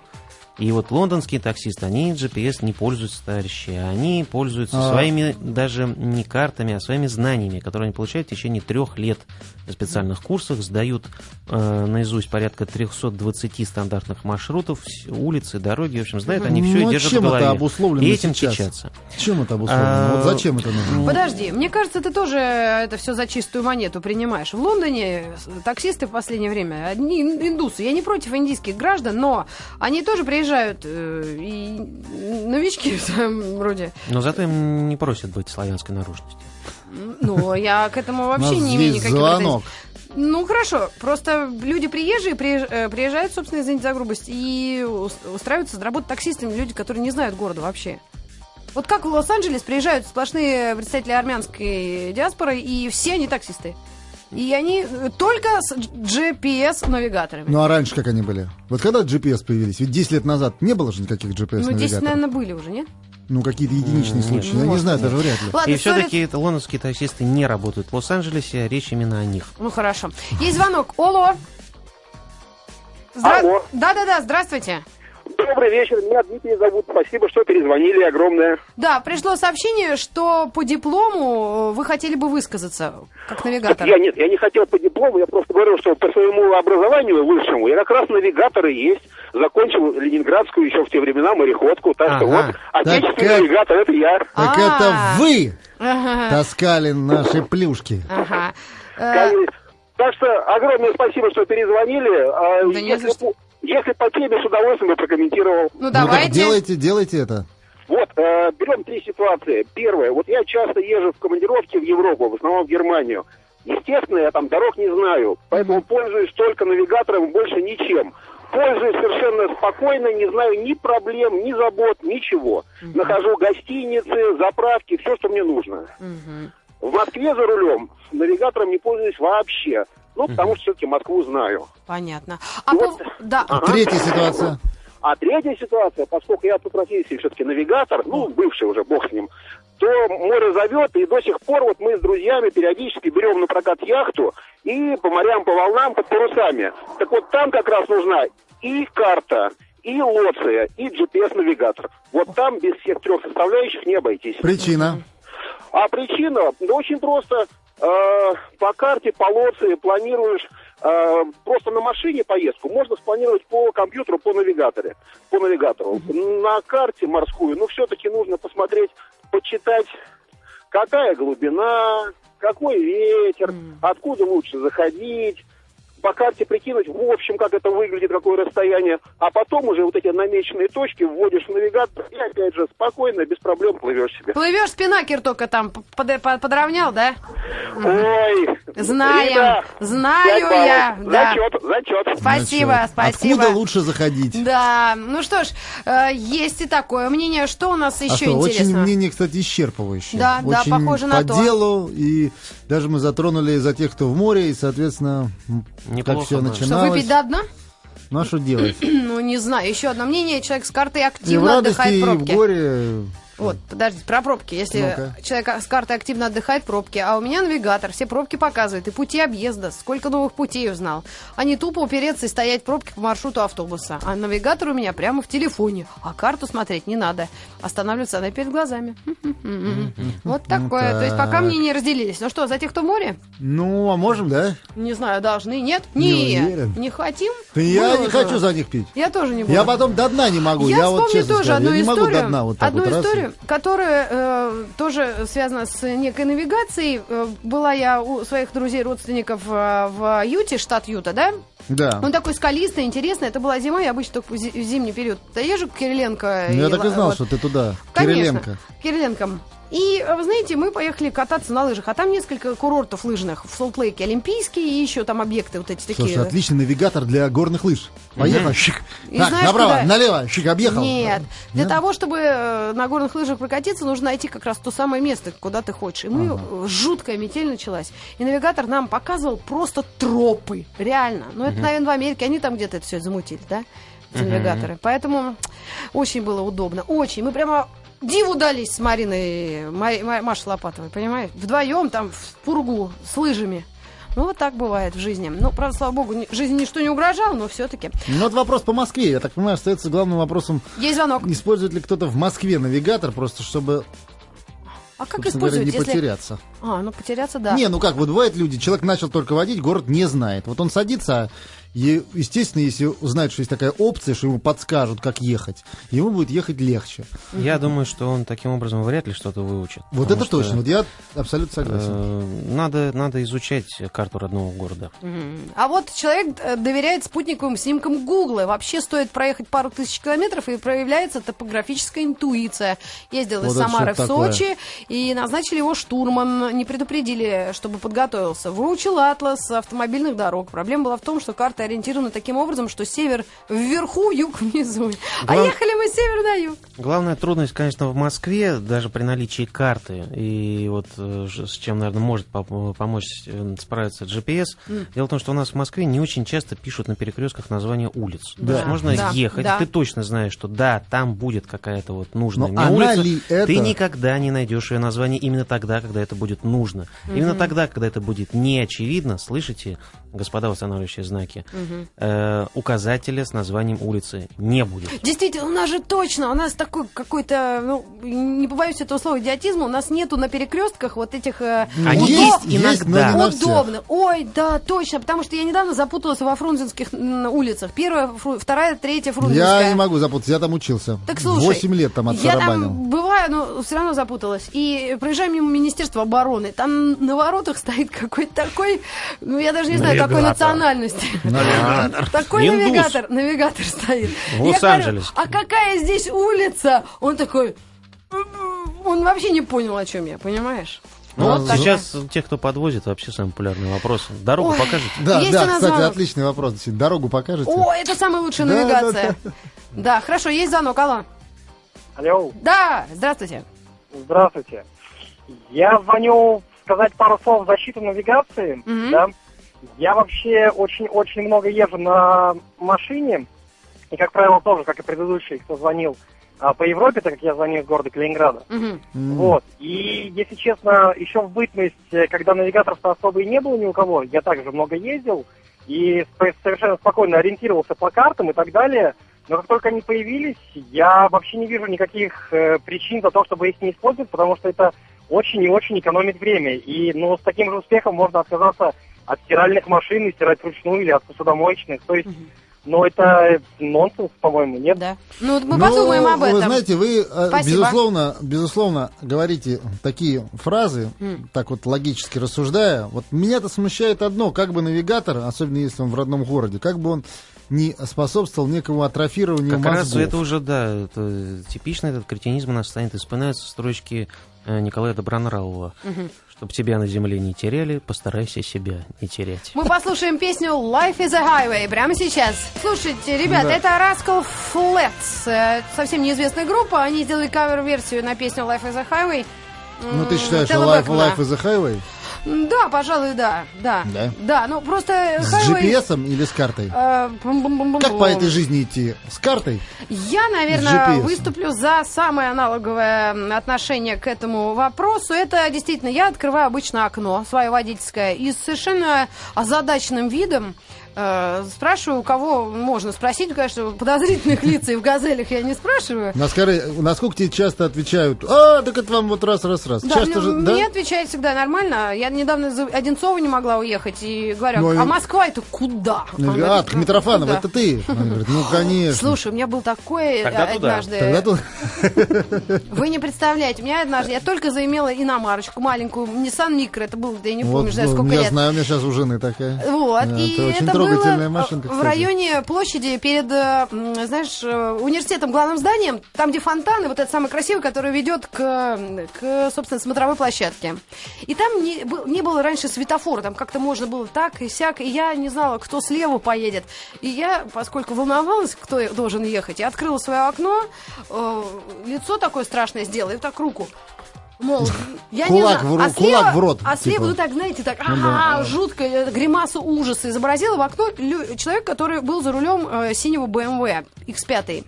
D: И вот лондонские таксисты, они GPS не пользуются, товарищи. Они пользуются
C: А.
D: своими даже не картами, а своими знаниями, которые они получают в течение трех лет на специальных курсах. Сдают э, наизусть порядка 320 стандартных маршрутов, вс- улицы, дороги. В общем, знают они все
C: Ну, а
D: и держат
C: чем
D: в голове.
C: это обусловлено
D: и этим
C: сейчас?
D: кичатся.
C: Чем это обусловлено?
D: А,
C: Вот зачем это нужно?
B: Подожди, мне кажется, ты тоже это все за чистую монету принимаешь. В Лондоне таксисты в последнее время одни ин- индусы. Я не против индийских граждан, но они тоже приезжают э, и новички в своем роде.
D: Но зато им не просят быть славянской наружности.
B: Ну, я к этому
C: У нас
B: вообще не имею
C: здесь
B: никаких
C: звонок.
B: Ну, хорошо. Просто люди приезжие приезж- э, приезжают, собственно, извините за грубость, и ус- устраиваются работать таксистами люди, которые не знают города вообще. Вот как в Лос-Анджелес приезжают сплошные представители армянской диаспоры, и все они таксисты. И они э, только с GPS-навигаторами.
C: Ну а раньше как они были? Вот когда GPS появились? Ведь 10 лет назад не было же никаких
B: Ну, здесь,
C: GPS-навигаторов.
B: наверное, были уже, нет?
C: Ну, какие-то единичные
D: Нет.
C: случаи.
B: Ну,
C: Я не
B: может,
C: знаю, даже вряд ли.
B: Ладно,
D: и
B: история-
D: все-таки это лондонские таксисты не работают в Лос-Анджелесе, а речь именно о них.
B: Ну, хорошо. Есть звонок. Оло. Здра-
H: Алло.
B: Да-да-да, здравствуйте.
H: Добрый вечер, меня Дмитрий зовут. Спасибо, что перезвонили огромное.
B: Да, пришло сообщение, что по диплому э, вы хотели бы высказаться, как навигатор.
H: Так я нет, я не хотел по диплому, я просто говорил, что по своему образованию высшему я как раз навигатор и есть. Закончил Ленинградскую еще в те времена мореходку, так что
D: Ага.
H: вот отечественный
C: Так как-
H: навигатор это я.
C: Так
B: А.
C: это вы
B: Ага.
C: таскали наши плюшки.
B: ага. Э,
H: Конечно. Так что огромное спасибо, что перезвонили. А
B: Да не за
H: если,
B: что.
H: по- если по теме, с удовольствием бы прокомментировал.
B: Ну,
C: Ну, так
B: давайте.
C: делайте, делайте это.
H: Вот, э, берем три ситуации. Первое, вот я часто езжу в командировке в Европу, в основном в Германию. Естественно, я там дорог не знаю, поэтому пользуюсь только навигатором, больше ничем. Пользуюсь совершенно спокойно, не знаю ни проблем, ни забот, ничего. Нахожу гостиницы, заправки, все, что мне нужно.
B: Мгм.
H: В Москве за рулем навигатором не пользуюсь вообще. Ну, потому что все-таки Москву знаю.
B: Понятно. А
H: Вот.
B: по- Да.
C: Третья ситуация.
H: А третья ситуация, поскольку я по профессии все-таки навигатор, ну, бывший уже, бог с ним, то море зовет, и до сих пор вот мы с друзьями периодически берем на прокат яхту и по морям, по волнам, под парусами. Так вот там как раз нужна и карта, и лоция, и GPS-навигатор. Вот там без всех трех составляющих не обойтись.
C: Причина.
H: А причина, да очень просто. Э, по карте, по лоции планируешь э, просто на машине поездку. Можно спланировать по компьютеру, по навигаторе, по навигатору. На карте морскую, ну, все-таки нужно посмотреть, почитать, какая глубина, какой ветер, откуда лучше заходить. По карте прикинуть, в общем, как это выглядит, какое расстояние. А потом уже вот эти намеченные точки вводишь в навигатор и, опять же, спокойно, без проблем плывешь себе.
B: Плывешь спинакер только там п- под- э, под- подровнял, да?
C: Ну,
H: Ой,
B: Знаем,
H: Рита,
B: знаю
H: пять баллов.
B: я, да.
H: Зачет, зачет.
B: Спасибо,
C: Значит,
B: спасибо.
C: Откуда лучше заходить?
B: Да, ну что ж, э, есть и такое мнение. Что у нас
C: а
B: еще
C: что, очень
B: интересно?
C: мнение, кстати, исчерпывающее.
B: Да, да,
C: Очень
B: похоже на
C: по
B: то.
C: делу, и даже мы затронули за тех, кто в море, и, соответственно, м,
D: Неплохо,
C: как все
D: да.
B: Что,
C: начиналось.
B: выпить до дна?
C: Ну, а что делать?
B: Ну, не знаю. Еще одно мнение. Человек с картой
C: И в
B: активно
C: радости,
B: отдыхает в
C: и в
B: пробке.
C: горе
B: Вот, подождите, про пробки. Если
C: Ну-ка.
B: человек с карты активно отдыхает, пробки, а у меня навигатор, все пробки показывает, и пути объезда, сколько новых путей узнал. А не тупо упереться и стоять в пробке по маршруту автобуса. А навигатор у меня прямо в телефоне, а карту смотреть не надо. Останавливается она перед глазами. Вот такое. То есть пока
C: Так.
B: мне не разделились. Ну что, за тех, кто в море?
C: Ну, а можем, да?
B: Не знаю, должны, нет?
C: Не
B: Нет,
C: уверен.
B: не хотим.
C: Да Я не
B: Выложила.
C: хочу за них пить.
B: Я тоже не буду.
C: Я потом до дна не могу. Я,
B: Я
C: вот
B: вспомню
C: честно
B: тоже
C: скажу,
B: одну
C: я не могу до
B: историю,
C: дна вот так
B: одну
C: вот раз и-
B: историю, которая э, тоже связана с некой навигацией. Э, была я у своих друзей, родственников э, в Юте, штат Юта, Ну, да?
C: Да.
B: Он такой скалистый, интересный. Это была зима, я обычно только в зи- в зимний период. Да езжу к Кириленко.
C: Ну, Я так и
B: ла-
C: знал,
B: вот.
C: что ты туда.
B: Конечно,
C: Кириленко.
B: к Кириленкам. И, э, вы знаете, мы поехали кататься на лыжах, а там несколько курортов лыжных в Солт-Лейке, Олимпийские и еще там объекты вот эти такие.
C: Слушай, отличный навигатор для горных лыж. Поехал, щик.
B: И
C: Так,
B: знаешь,
C: направо,
B: куда?
C: налево, щик, объехал.
B: Нет. Для
C: Нет?
B: того, чтобы э, на горных лыжах прокатиться, нужно найти как раз то самое место, куда ты хочешь. И мы э, жуткая метель началась. И навигатор нам показывал просто тропы. Реально. Ну, это, наверное, в Америке. Они там где-то это все замутили, да? Эти навигаторы. Поэтому очень было удобно. Очень. Мы прямо диву дались с Мариной, Мари- Ма- Машей Лопатовой, понимаешь? Вдвоем там в пургу с лыжами. Ну, вот так бывает в жизни. Ну, правда, слава богу, ни- жизни ничто не угрожало, но все-таки.
C: Ну, вот вопрос по Москве. Я так понимаю, остается главным вопросом,
B: Есть звонок.
C: использует ли кто-то в Москве навигатор, просто чтобы,
B: А как
C: собственно говоря,
B: использовать,
C: не
B: если...
C: потеряться.
B: А, ну потеряться, да.
C: Не, ну как, вот бывает люди, человек начал только водить, город не знает. Вот он садится, а е- естественно, если узнает, что есть такая опция, что ему подскажут, как ехать, ему будет ехать легче.
D: Я думаю, что он таким образом вряд ли что-то выучит.
C: Вот
D: потому
C: это
D: что,
C: точно, вот я абсолютно согласен.
D: э, Надо, надо изучать карту родного города.
B: Мгм. А вот человек э, доверяет спутниковым снимкам Гугла. Вообще стоит проехать пару тысяч километров, и проявляется топографическая интуиция. Ездил из
C: Вот это
B: Самары в
C: что-то такое.
B: Сочи, и назначили его штурман. Не предупредили, чтобы подготовился. Вручил атлас автомобильных дорог. Проблема была в том, что карты ориентированы таким образом, что север вверху, юг внизу. А
D: Глав-
B: ехали мы с севера на юг.
D: Главная трудность, конечно, в Москве, даже при наличии карты, и вот э, ж- с чем, наверное, может поп- помочь э, справиться GPS. Дело в том, что у нас в Москве не очень часто пишут на перекрестках названия улиц.
B: Да.
D: То есть можно
B: Да,
D: ехать,
B: да.
D: ты точно знаешь, что да, там будет какая-то вот нужная
C: Но
D: мне
C: она
D: улица.
C: ли это?
D: Ты никогда не найдешь ее название именно тогда, когда это будет нужно. Именно тогда, когда это будет неочевидно, слышите, господа восстанавливающие знаки, э, указателя с названием улицы не будет.
B: Действительно, у нас же точно, у нас такой какой-то, ну, не побоюсь этого слова, идиотизма, у нас нету на перекрестках вот этих... э,
C: Ну,
D: Они
B: удоб-
D: есть иногда.
C: но не на всех.
B: Удобно. Ой, да, точно, потому что я недавно запуталась во фрунзенских м, улицах. Первая, Фру- вторая, третья фрунзенская.
C: Я не могу запутаться, я там учился.
B: Так слушай,
C: 8 лет там
B: я
C: отсарабанил.
B: там бываю, но все равно запуталась. И проезжаю мимо Министерства обороны. Там на воротах стоит какой-то такой, ну я даже не знаю, какой
D: Навигатор.
B: национальности. Такой
D: Индус.
B: навигатор, навигатор стоит.
D: В
B: Я говорю,
D: Лос-Анджелесе.
B: А какая здесь улица? Он такой, «М-м-м». он вообще не понял, о чем я, понимаешь?
D: Ну
C: Ну,
D: вот
C: так.
D: сейчас те, кто подвозит, вообще самый популярный вопрос. Дорогу
B: Ой.
D: покажите.
C: Да,
B: Есть у
C: да,
B: нас
C: кстати,
B: звонок?
C: отличный вопрос. действительно. Дорогу покажете?
B: О, это самая лучшая
C: Да, да,
B: навигация. Да, хорошо, есть звонок, алло.
I: Алло,
B: Да, здравствуйте.
I: здравствуйте. Я звоню сказать пару слов в защиту навигации.
B: Мгм.
I: Да? Я вообще очень-очень много езжу на машине. И, как правило, тоже, как и предыдущий, кто звонил а, по Европе, так как я звоню из города Калининграда.
B: Мгм.
C: М.
I: Вот. И, если честно, еще в бытность, э, когда навигаторов-то особо и не было ни у кого, я также много ездил и сп- совершенно спокойно ориентировался по картам и так далее. Но как только они появились, я вообще не вижу никаких э, причин за то, чтобы их не использовать, потому что это очень и очень экономит время. И ну, с таким же успехом можно отказаться от стиральных машин и стирать вручную или от посудомоечных. То есть,
B: Мгм.
I: ну, это нонсенс, по-моему, нет?
B: Да. Ну, вот мы
C: Ну,
B: подумаем об этом.
C: Вы знаете, вы, э,
B: Спасибо.
C: безусловно, безусловно, говорите такие фразы,
B: М.
C: так вот логически рассуждая. Вот меня-то смущает одно, как бы навигатор, особенно если он в родном городе, как бы он не способствовал некому
B: ну,
C: атрофированию
D: Как
C: мозгов.
D: раз это уже, да, это типично этот кретинизм у нас станет. Вспоминаются строчки э, Николая Добронравова. Чтоб тебя на земле не теряли, постарайся себя не терять.
B: Мы послушаем песню Life is a Highway прямо сейчас. Слушайте, ребят, это Rascal Flats. э, Совсем неизвестная группа. Они сделали кавер-версию на песню Life is a Highway.
C: Ну, ты
B: М,
C: считаешь, что
B: Тела
C: life,
B: Бэкмана.
C: life is a highway?
B: М, Да, пожалуй, да, да.
C: Да?
B: ну просто...
C: С
B: highway,
C: GPS -ом или с картой?
B: э, бум-бум-бум-бум-бум.
C: Как по этой жизни идти? С картой?
B: Я, наверное,
C: GPS.
B: выступлю за самое аналоговое м, отношение к этому вопросу. Это действительно, я открываю обычно окно свое водительское и с совершенно озадаченным видом э, спрашиваю, у кого можно спросить, Ну, конечно, подозрительных лиц и в газелях я не спрашиваю.
C: На скорой- насколько тебе часто отвечают? А, так это вам вот раз-раз-раз.
B: Да, ну, мне,
C: часто же,
B: мне отвечает всегда нормально. Я недавно из Одинцова не могла уехать и говорю,
C: Ну,
B: а
C: и-
B: Москва это куда?
C: Ну,
B: Она говорит,
C: говорит, а, так Митрофанов,
B: «Куда?»
C: это ты? Она говорит, ну, конечно.
B: Ну Слушай, у меня был такой
D: Тогда
B: э,
D: туда.
B: однажды.
C: Тогда тут-
B: Вы не представляете, у меня однажды, я только заимела иномарочку маленькую, Nissan Micro, это было, да я не
C: Вот,
B: помню, даже
C: ну,
B: сколько
C: я
B: лет.
C: знаю, у меня сейчас у жены такая.
B: Вот,
C: Да,
B: и
C: это очень
B: это было
C: трогательная машинка,
B: э, в
C: кстати.
B: районе площади перед, э, м, знаешь, э, университетом, главным зданием, там, где фонтан, и вот этот самый красивый, который ведет к, э, к собственно, смотровой площадке. И там не, был- не было раньше светофора, там как-то можно было так и сяк, и я не знала, кто слева поедет. И я, поскольку волновалась, кто должен ехать, я открыла свое окно, э, лицо такое страшное сделала, и вот так руку. Мол, я не
C: Кулак
B: знаю.
C: в ру-
B: а слева,
C: кулак в рот,
B: А слева,
C: типа.
B: ну так, знаете, так, ага, жутко, э, гримаса ужаса изобразила в окно лю- человек, который был за рулем э, синего BMW X5.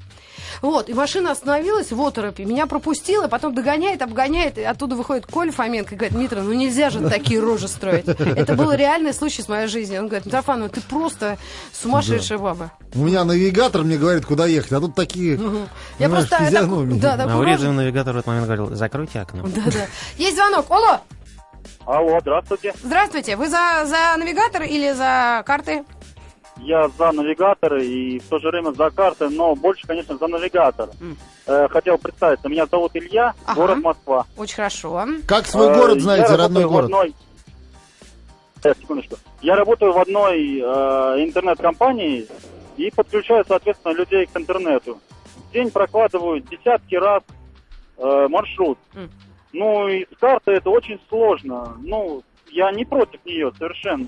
B: Вот, и машина остановилась в оторопе, меня пропустила, потом догоняет, обгоняет, и оттуда выходит Коль Фоменко и говорит, Митра, ну нельзя же такие рожи строить. Это был реальный случай с моей жизни. Он говорит, Митрофан, ну ты просто сумасшедшая баба.
C: У меня навигатор мне говорит, куда ехать, а тут такие,
B: Я
C: понимаешь,
B: просто... так-
C: физиономии.
B: Да,
D: А
B: такую
D: вредный
B: рожу-
D: навигатор в этот момент говорил, закройте окно.
B: да, да. Есть звонок. Алло,
I: Алло, здравствуйте.
B: здравствуйте, вы за, за навигатор или за карты?
I: Я за навигатор и в то же время за карты, но больше, конечно, за навигатор.
B: М.
I: Э, хотел представиться. Меня зовут Илья,
B: Ага.
I: город Москва.
B: Очень хорошо.
C: Как свой
I: Э,
C: город
I: я
C: знаете,
I: работаю
C: родной
I: в
C: город?
I: одной- Э, секундочку. Я работаю в одной э, интернет-компании и подключаю, соответственно, людей к интернету. В день прокладываю десятки раз э, маршрут.
B: М.
I: Ну и с карты это очень сложно. Ну, я не против нее совершенно.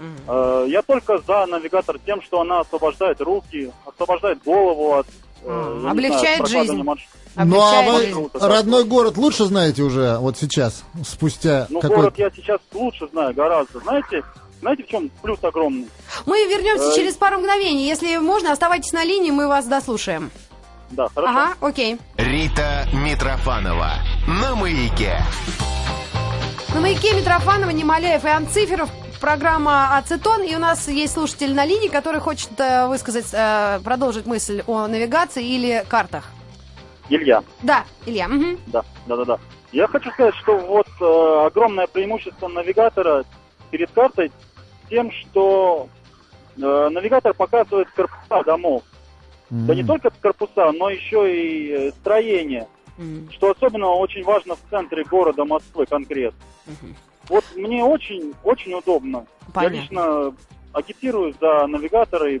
B: Мгм.
I: Э, Я только за навигатор тем, что она освобождает руки, освобождает голову от... э,
B: М,
I: я не
B: облегчает
I: знаю, прокладывания
B: жизнь.
I: марш-
C: Ну а
B: Облегчает
C: вы
B: жизнь.
I: жизнь.
C: родной город лучше знаете уже, вот сейчас, спустя
I: Ну,
C: какой
I: город я сейчас лучше знаю гораздо. Знаете, знаете, в чем плюс огромный?
B: Мы вернемся
I: Э,
B: через пару мгновений. Если можно, оставайтесь на линии, мы вас дослушаем.
I: Да, хорошо.
B: Ага, окей.
A: Рита Митрофанова на маяке.
B: На маяке Митрофанова, Немоляев и Анциферов программа «Ацетон». И у нас есть слушатель на линии, который хочет э, высказать, э, продолжить мысль о навигации или картах.
I: Илья,
B: Да, Илья. мгм.
I: да, да, да, да. Я хочу сказать, что вот э, огромное преимущество навигатора перед картой тем, что э, навигатор показывает корпуса домов. Да не только корпуса, но еще и э, строение.
B: Мгм.
I: что особенно очень важно в центре города Москвы конкретно.
B: Мгм.
I: Вот мне очень, очень удобно. Я
B: Понятно.
I: лично агитирую за навигаторы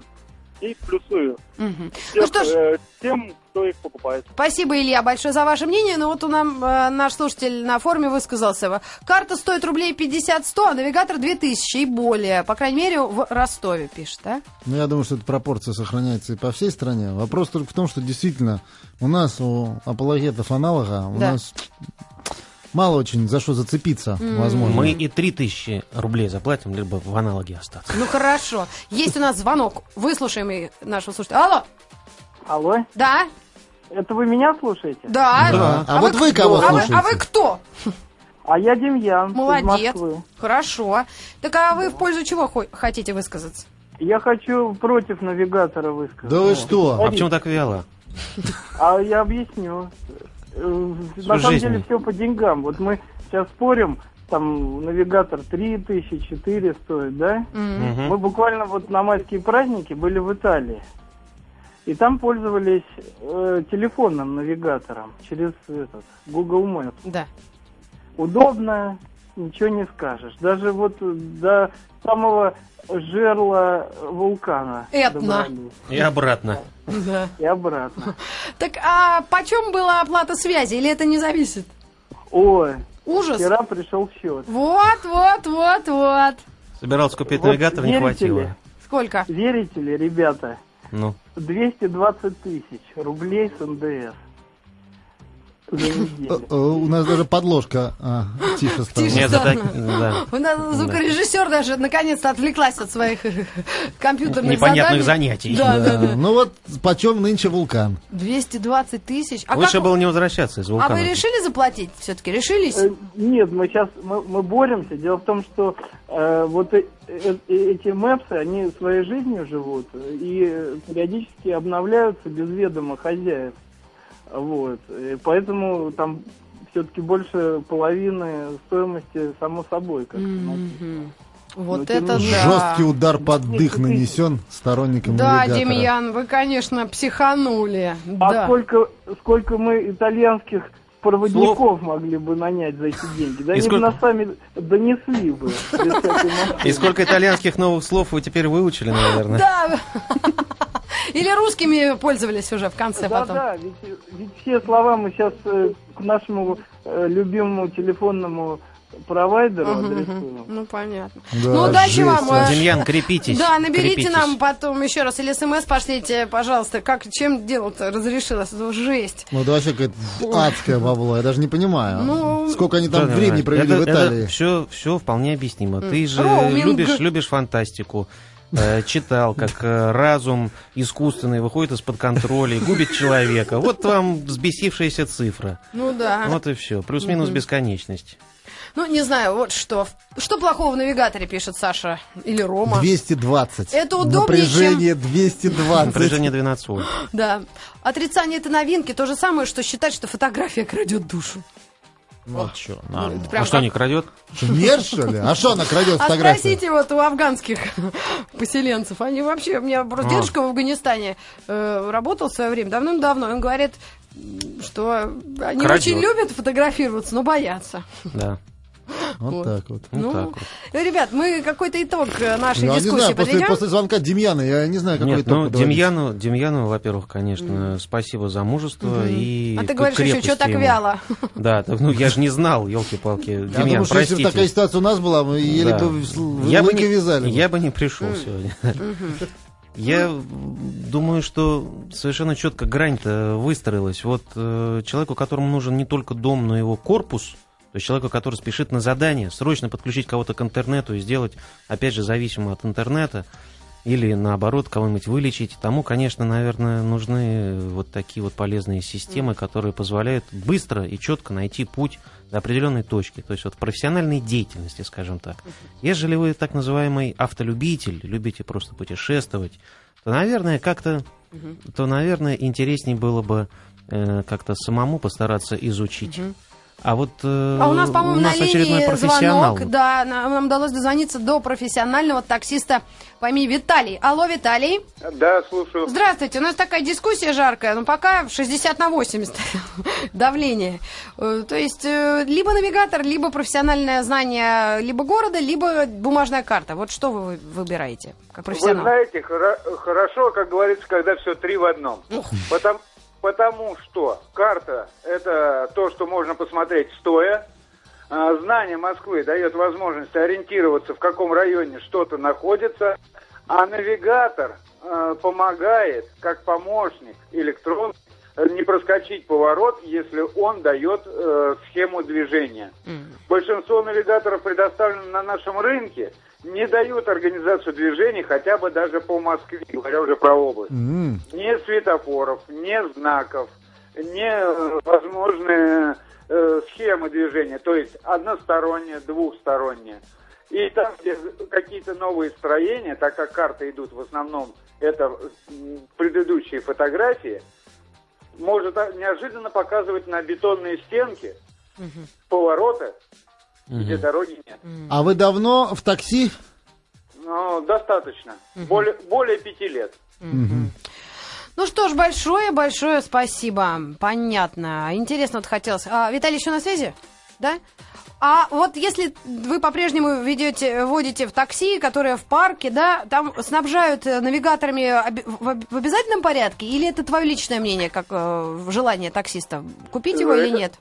I: и плюсую
B: Мгм.
I: тем,
B: Ну что ж,
I: э, тем, кто их покупает.
B: Спасибо, Илья, большое за ваше мнение. Ну вот у нам э, наш слушатель на форуме высказался. Карта стоит рублей 50-100, а навигатор 2000 и более. По крайней мере, в Ростове пишет, да?
C: Ну, я думаю, что эта пропорция сохраняется и по всей стране. Вопрос только в том, что действительно у нас, у апологетов аналога, у
B: Да.
C: нас мало очень за что зацепиться, возможно.
D: Мы и 3000 рублей заплатим, либо в аналоге остаться.
B: Ну хорошо. Есть у нас звонок. Выслушаем и нашего слушателя. Алло!
J: Алло,
B: Да?
J: это вы меня слушаете?
B: Да.
C: Да. А вот вы кого
B: а вы- а
C: слушаете?
B: вы кто?
J: А я Демьян из
B: Молодец.
J: Москвы.
B: Хорошо. Так а вы в пользу чего хо- хотите высказаться?
J: Я хочу против навигатора
C: Да
J: высказать.
C: вы что?
D: А почему так вяло?
J: А я объясню. Э, На самом
D: жизнь.
J: деле все по деньгам. Вот мы сейчас спорим, там навигатор 3000, 4 стоит, да?
B: М.
D: Мгм.
J: Мы буквально вот на майские праздники были в Италии. И там пользовались э, телефонным навигатором через этот, Google Maps.
B: Да.
J: удобно, ничего не скажешь. Даже вот до самого жерла вулкана
B: Этна.
J: добрались.
D: И обратно.
B: Да.
J: и обратно.
B: Так а почем была оплата связи? Или это не зависит?
J: Ой,
B: Ужас.
J: вчера пришел счет.
B: Вот, вот, вот, вот.
D: Собирался купить
J: Вот
D: навигатор, не
J: верите
D: хватило.
J: ли?
B: Сколько?
J: Верите ли, ребята,
D: Ну,
J: 220 тысяч рублей с НДС. за
C: Э,
J: неделю.
C: э, У нас даже подложка а, тише стала.
B: Тише.
D: Нет,
B: Что?
D: это так- да.
B: У нас звукорежиссер даже наконец-то отвлеклась от своих компьютерных
D: Непонятных
B: заданий.
D: занятий.
B: Да, да, да.
C: Да, Ну вот почем нынче вулкан?
B: 220 тысяч. А,
D: Лучше
B: как-
D: было не возвращаться из
B: а
D: вулкана.
B: вы решили заплатить все-таки? Решились?
J: Э, Нет, мы сейчас мы, мы боремся. Дело в том, что э, вот э- э- эти мэпсы, они своей жизнью живут и э, периодически обновляются без ведома хозяев. Вот. И поэтому там все-таки больше половины стоимости само собой. Как
B: Мгм. Вот
J: Ну, тем
B: это да.
J: не
C: Жесткий удар под дых нанесен сторонникам
B: Да,
C: навигатора.
B: Демьян, вы, конечно, психанули.
J: А
B: Да.
J: сколько, сколько мы итальянских проводников могли бы нанять за эти деньги? Да
D: И
J: они бы
D: сколько?
J: нас сами донесли бы. без всякой машины.
D: И сколько итальянских новых слов вы теперь выучили, наверное?
B: Да. Или русскими пользовались уже в конце
J: Да,
B: потом.
J: да, ведь, ведь все слова мы сейчас э, к нашему э, любимому телефонному провайдеру
B: Мгм, мгм.
J: адресуем.
B: Ну, понятно.
C: Да,
B: ну, удачи
C: жесть,
B: вам.
C: а.
B: э,
D: Демьян, крепитесь.
B: Да, наберите
D: крепитесь.
B: нам потом еще раз или смс пошлите, пожалуйста, как чем дело-то разрешилось, Это жесть.
C: Ну, это вообще какая-то адская бабло, я даже не понимаю.
B: Ну,
C: Сколько они там
D: Да, да,
C: времени
D: да.
C: провели
D: это,
C: в Италии.
D: все, все вполне объяснимо. Ты же
B: Роуминг.
D: любишь, любишь фантастику. Э, Читал, как э, разум искусственный выходит из-под контроля и губит человека. Вот вам взбесившаяся цифра.
B: Ну да.
D: Вот и все. Плюс-минус бесконечность.
B: Ну, не знаю, вот что. Что плохого в навигаторе, пишет Саша или Рома.
C: 220.
B: Это удобнее,
C: Напряжение 220.
D: Напряжение 12 вольт.
B: Да. Отрицание это новинки. То же самое, что считать, что фотография крадет душу.
E: Ну, чё,
B: Ну,
E: нормально.
B: это прям
D: А что,
B: как-
D: не крадет?
C: Нет, что ли? А что она крадет
B: А
C: фотографию?
B: спросите вот у афганских поселенцев. Они вообще... У меня просто
D: А.
B: дедушка в Афганистане э, работал в свое время, давным-давно. Он говорит, м, что они
D: Крадет.
B: очень любят фотографироваться, но боятся.
D: Да.
C: Вот так вот.
D: Ну,
B: Ну,
D: так вот.
B: Ну, ребят, мы какой-то итог э, нашей
C: Ну, Я не
B: дискуссии
C: знаю, после,
B: подведем.
C: после звонка Демьяна, я не знаю, какой
D: Нет,
C: итог
D: ну,
C: подводить.
D: Демьяну, Демьяну, во-первых, конечно, спасибо за мужество и
B: А ты
D: к-
B: говоришь еще,
D: крепости
B: что так
D: ему.
B: вяло?
D: Да, так, ну я же не знал, елки-палки.
C: Я
D: Демьян,
C: думаю, что если бы
D: простите.
C: такая ситуация у нас была, мы еле
D: Да.
C: бы в сл-
D: Я бы
C: лыки
D: не-
C: вязали. бы.
D: Я бы не пришел сегодня. Я думаю, что совершенно четко грань-то выстроилась. Вот э, человеку, которому нужен не только дом, но и его корпус, то есть человеку, который спешит на задание, срочно подключить кого-то к интернету и сделать, опять же, зависимо от интернета, или наоборот, кого-нибудь вылечить, тому, конечно, наверное, нужны э, вот такие вот полезные системы, которые позволяют быстро и четко найти путь до определенной точки, то есть вот в профессиональной деятельности, скажем так. Ежели вы так называемый автолюбитель, любите просто путешествовать, то, наверное, как-то, то, наверное, интереснее было бы э, как-то самому постараться изучить. А вот э,
B: А у
C: Ну,
B: нас, по-моему,
D: у нас
B: на
D: очередной
B: линии
D: профессионал.
B: звонок. Да, нам нам удалось дозвониться до профессионального таксиста по имени Виталий. Алло, Виталий.
H: Да, слушаю.
B: Здравствуйте. У нас такая дискуссия жаркая, но пока в 60 на 80 давление. Э, То есть э, либо навигатор, либо профессиональное знание либо города, либо бумажная карта. Вот что вы выбираете как
K: Вы
B: профессионал?
K: знаете, хоро- хорошо, как говорится, когда все три в одном. Потому, потому что карта – это то, что можно посмотреть стоя. А, Знание Москвы дает возможность ориентироваться, в каком районе что-то находится. А навигатор э, помогает, как помощник электронный, э, не проскочить поворот, если он дает э, схему движения. Большинство навигаторов, предоставленных на нашем рынке, не дают организацию движений хотя бы даже по Москве, говоря уже про область.
C: М.
K: Ни светофоров, ни знаков, ни э, возможные э, схемы движения, то есть односторонние, двухсторонние. И там, где какие-то новые строения, так как карты идут в основном, это м, предыдущие фотографии, может а, неожиданно показывать на бетонные стенки повороты, где дороги нет.
C: А вы давно в такси?
K: Ну, достаточно. Более, более пяти лет.
B: Ну что ж, большое-большое спасибо. Понятно. Интересно вот хотелось. А, Виталий еще на связи? Да? А вот если вы по-прежнему ведете, водите в такси, которое в парке, да, там снабжают э, навигаторами оби- в, об- в обязательном порядке? Или это твое личное мнение, как э, желание таксиста? Купить его или
K: Это-
B: нет?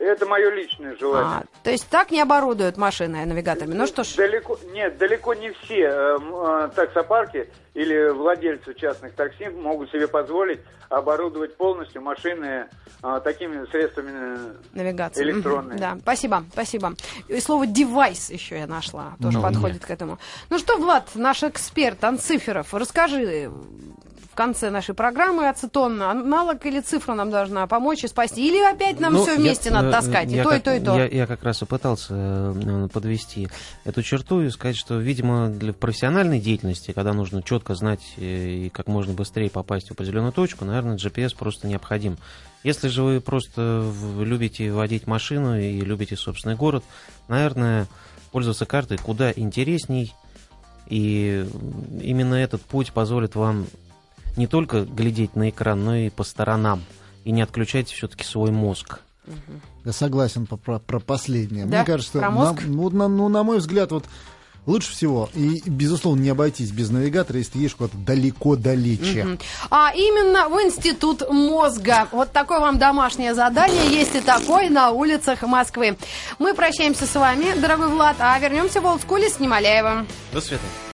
K: Это мое личное желание.
B: А, то есть так не оборудуют машины навигаторами. Ну что ж,
K: Далеко, нет, далеко не все э, м, э, таксопарки или владельцы частных такси могут себе позволить оборудовать полностью машины э, такими средствами. э,
B: навигация.
K: Электронные.
B: Мгм, Да, спасибо, спасибо. И слово девайс еще я нашла, тоже
K: Ну,
B: подходит к этому. Ну что, Влад, наш эксперт Анциферов, расскажи в конце нашей программы ацетон, аналог или цифра нам должна помочь и спасти? Или опять нам
D: Ну,
B: все
D: я-
B: вместе надо
D: э,
B: таскать? И
D: я
B: то, и
D: как-
B: то, и то.
D: Я, я как раз и пытался э, подвести эту черту и сказать, что, видимо, для профессиональной деятельности, когда нужно четко знать э, и как можно быстрее попасть в определенную точку, наверное, GPS просто необходим. Если же вы просто в- любите водить машину и любите собственный город, наверное, пользоваться картой куда интересней. И м, именно этот путь позволит вам не только глядеть на экран, но и по сторонам. И не отключать все-таки свой мозг.
C: Я согласен по- про, про последнее.
B: Да?
C: Мне кажется,
B: Про
C: на-
B: мозг?
C: ну, на, ну, на мой взгляд, вот лучше всего, и, безусловно, не обойтись без навигатора, если ты едешь куда-то далеко-далече.
B: Мгм. А именно в Институт мозга. Вот такое вам домашнее задание есть и такое на улицах Москвы. Мы прощаемся с вами, дорогой Влад, а вернемся в олдскуле с Немоляевым.
D: До свидания.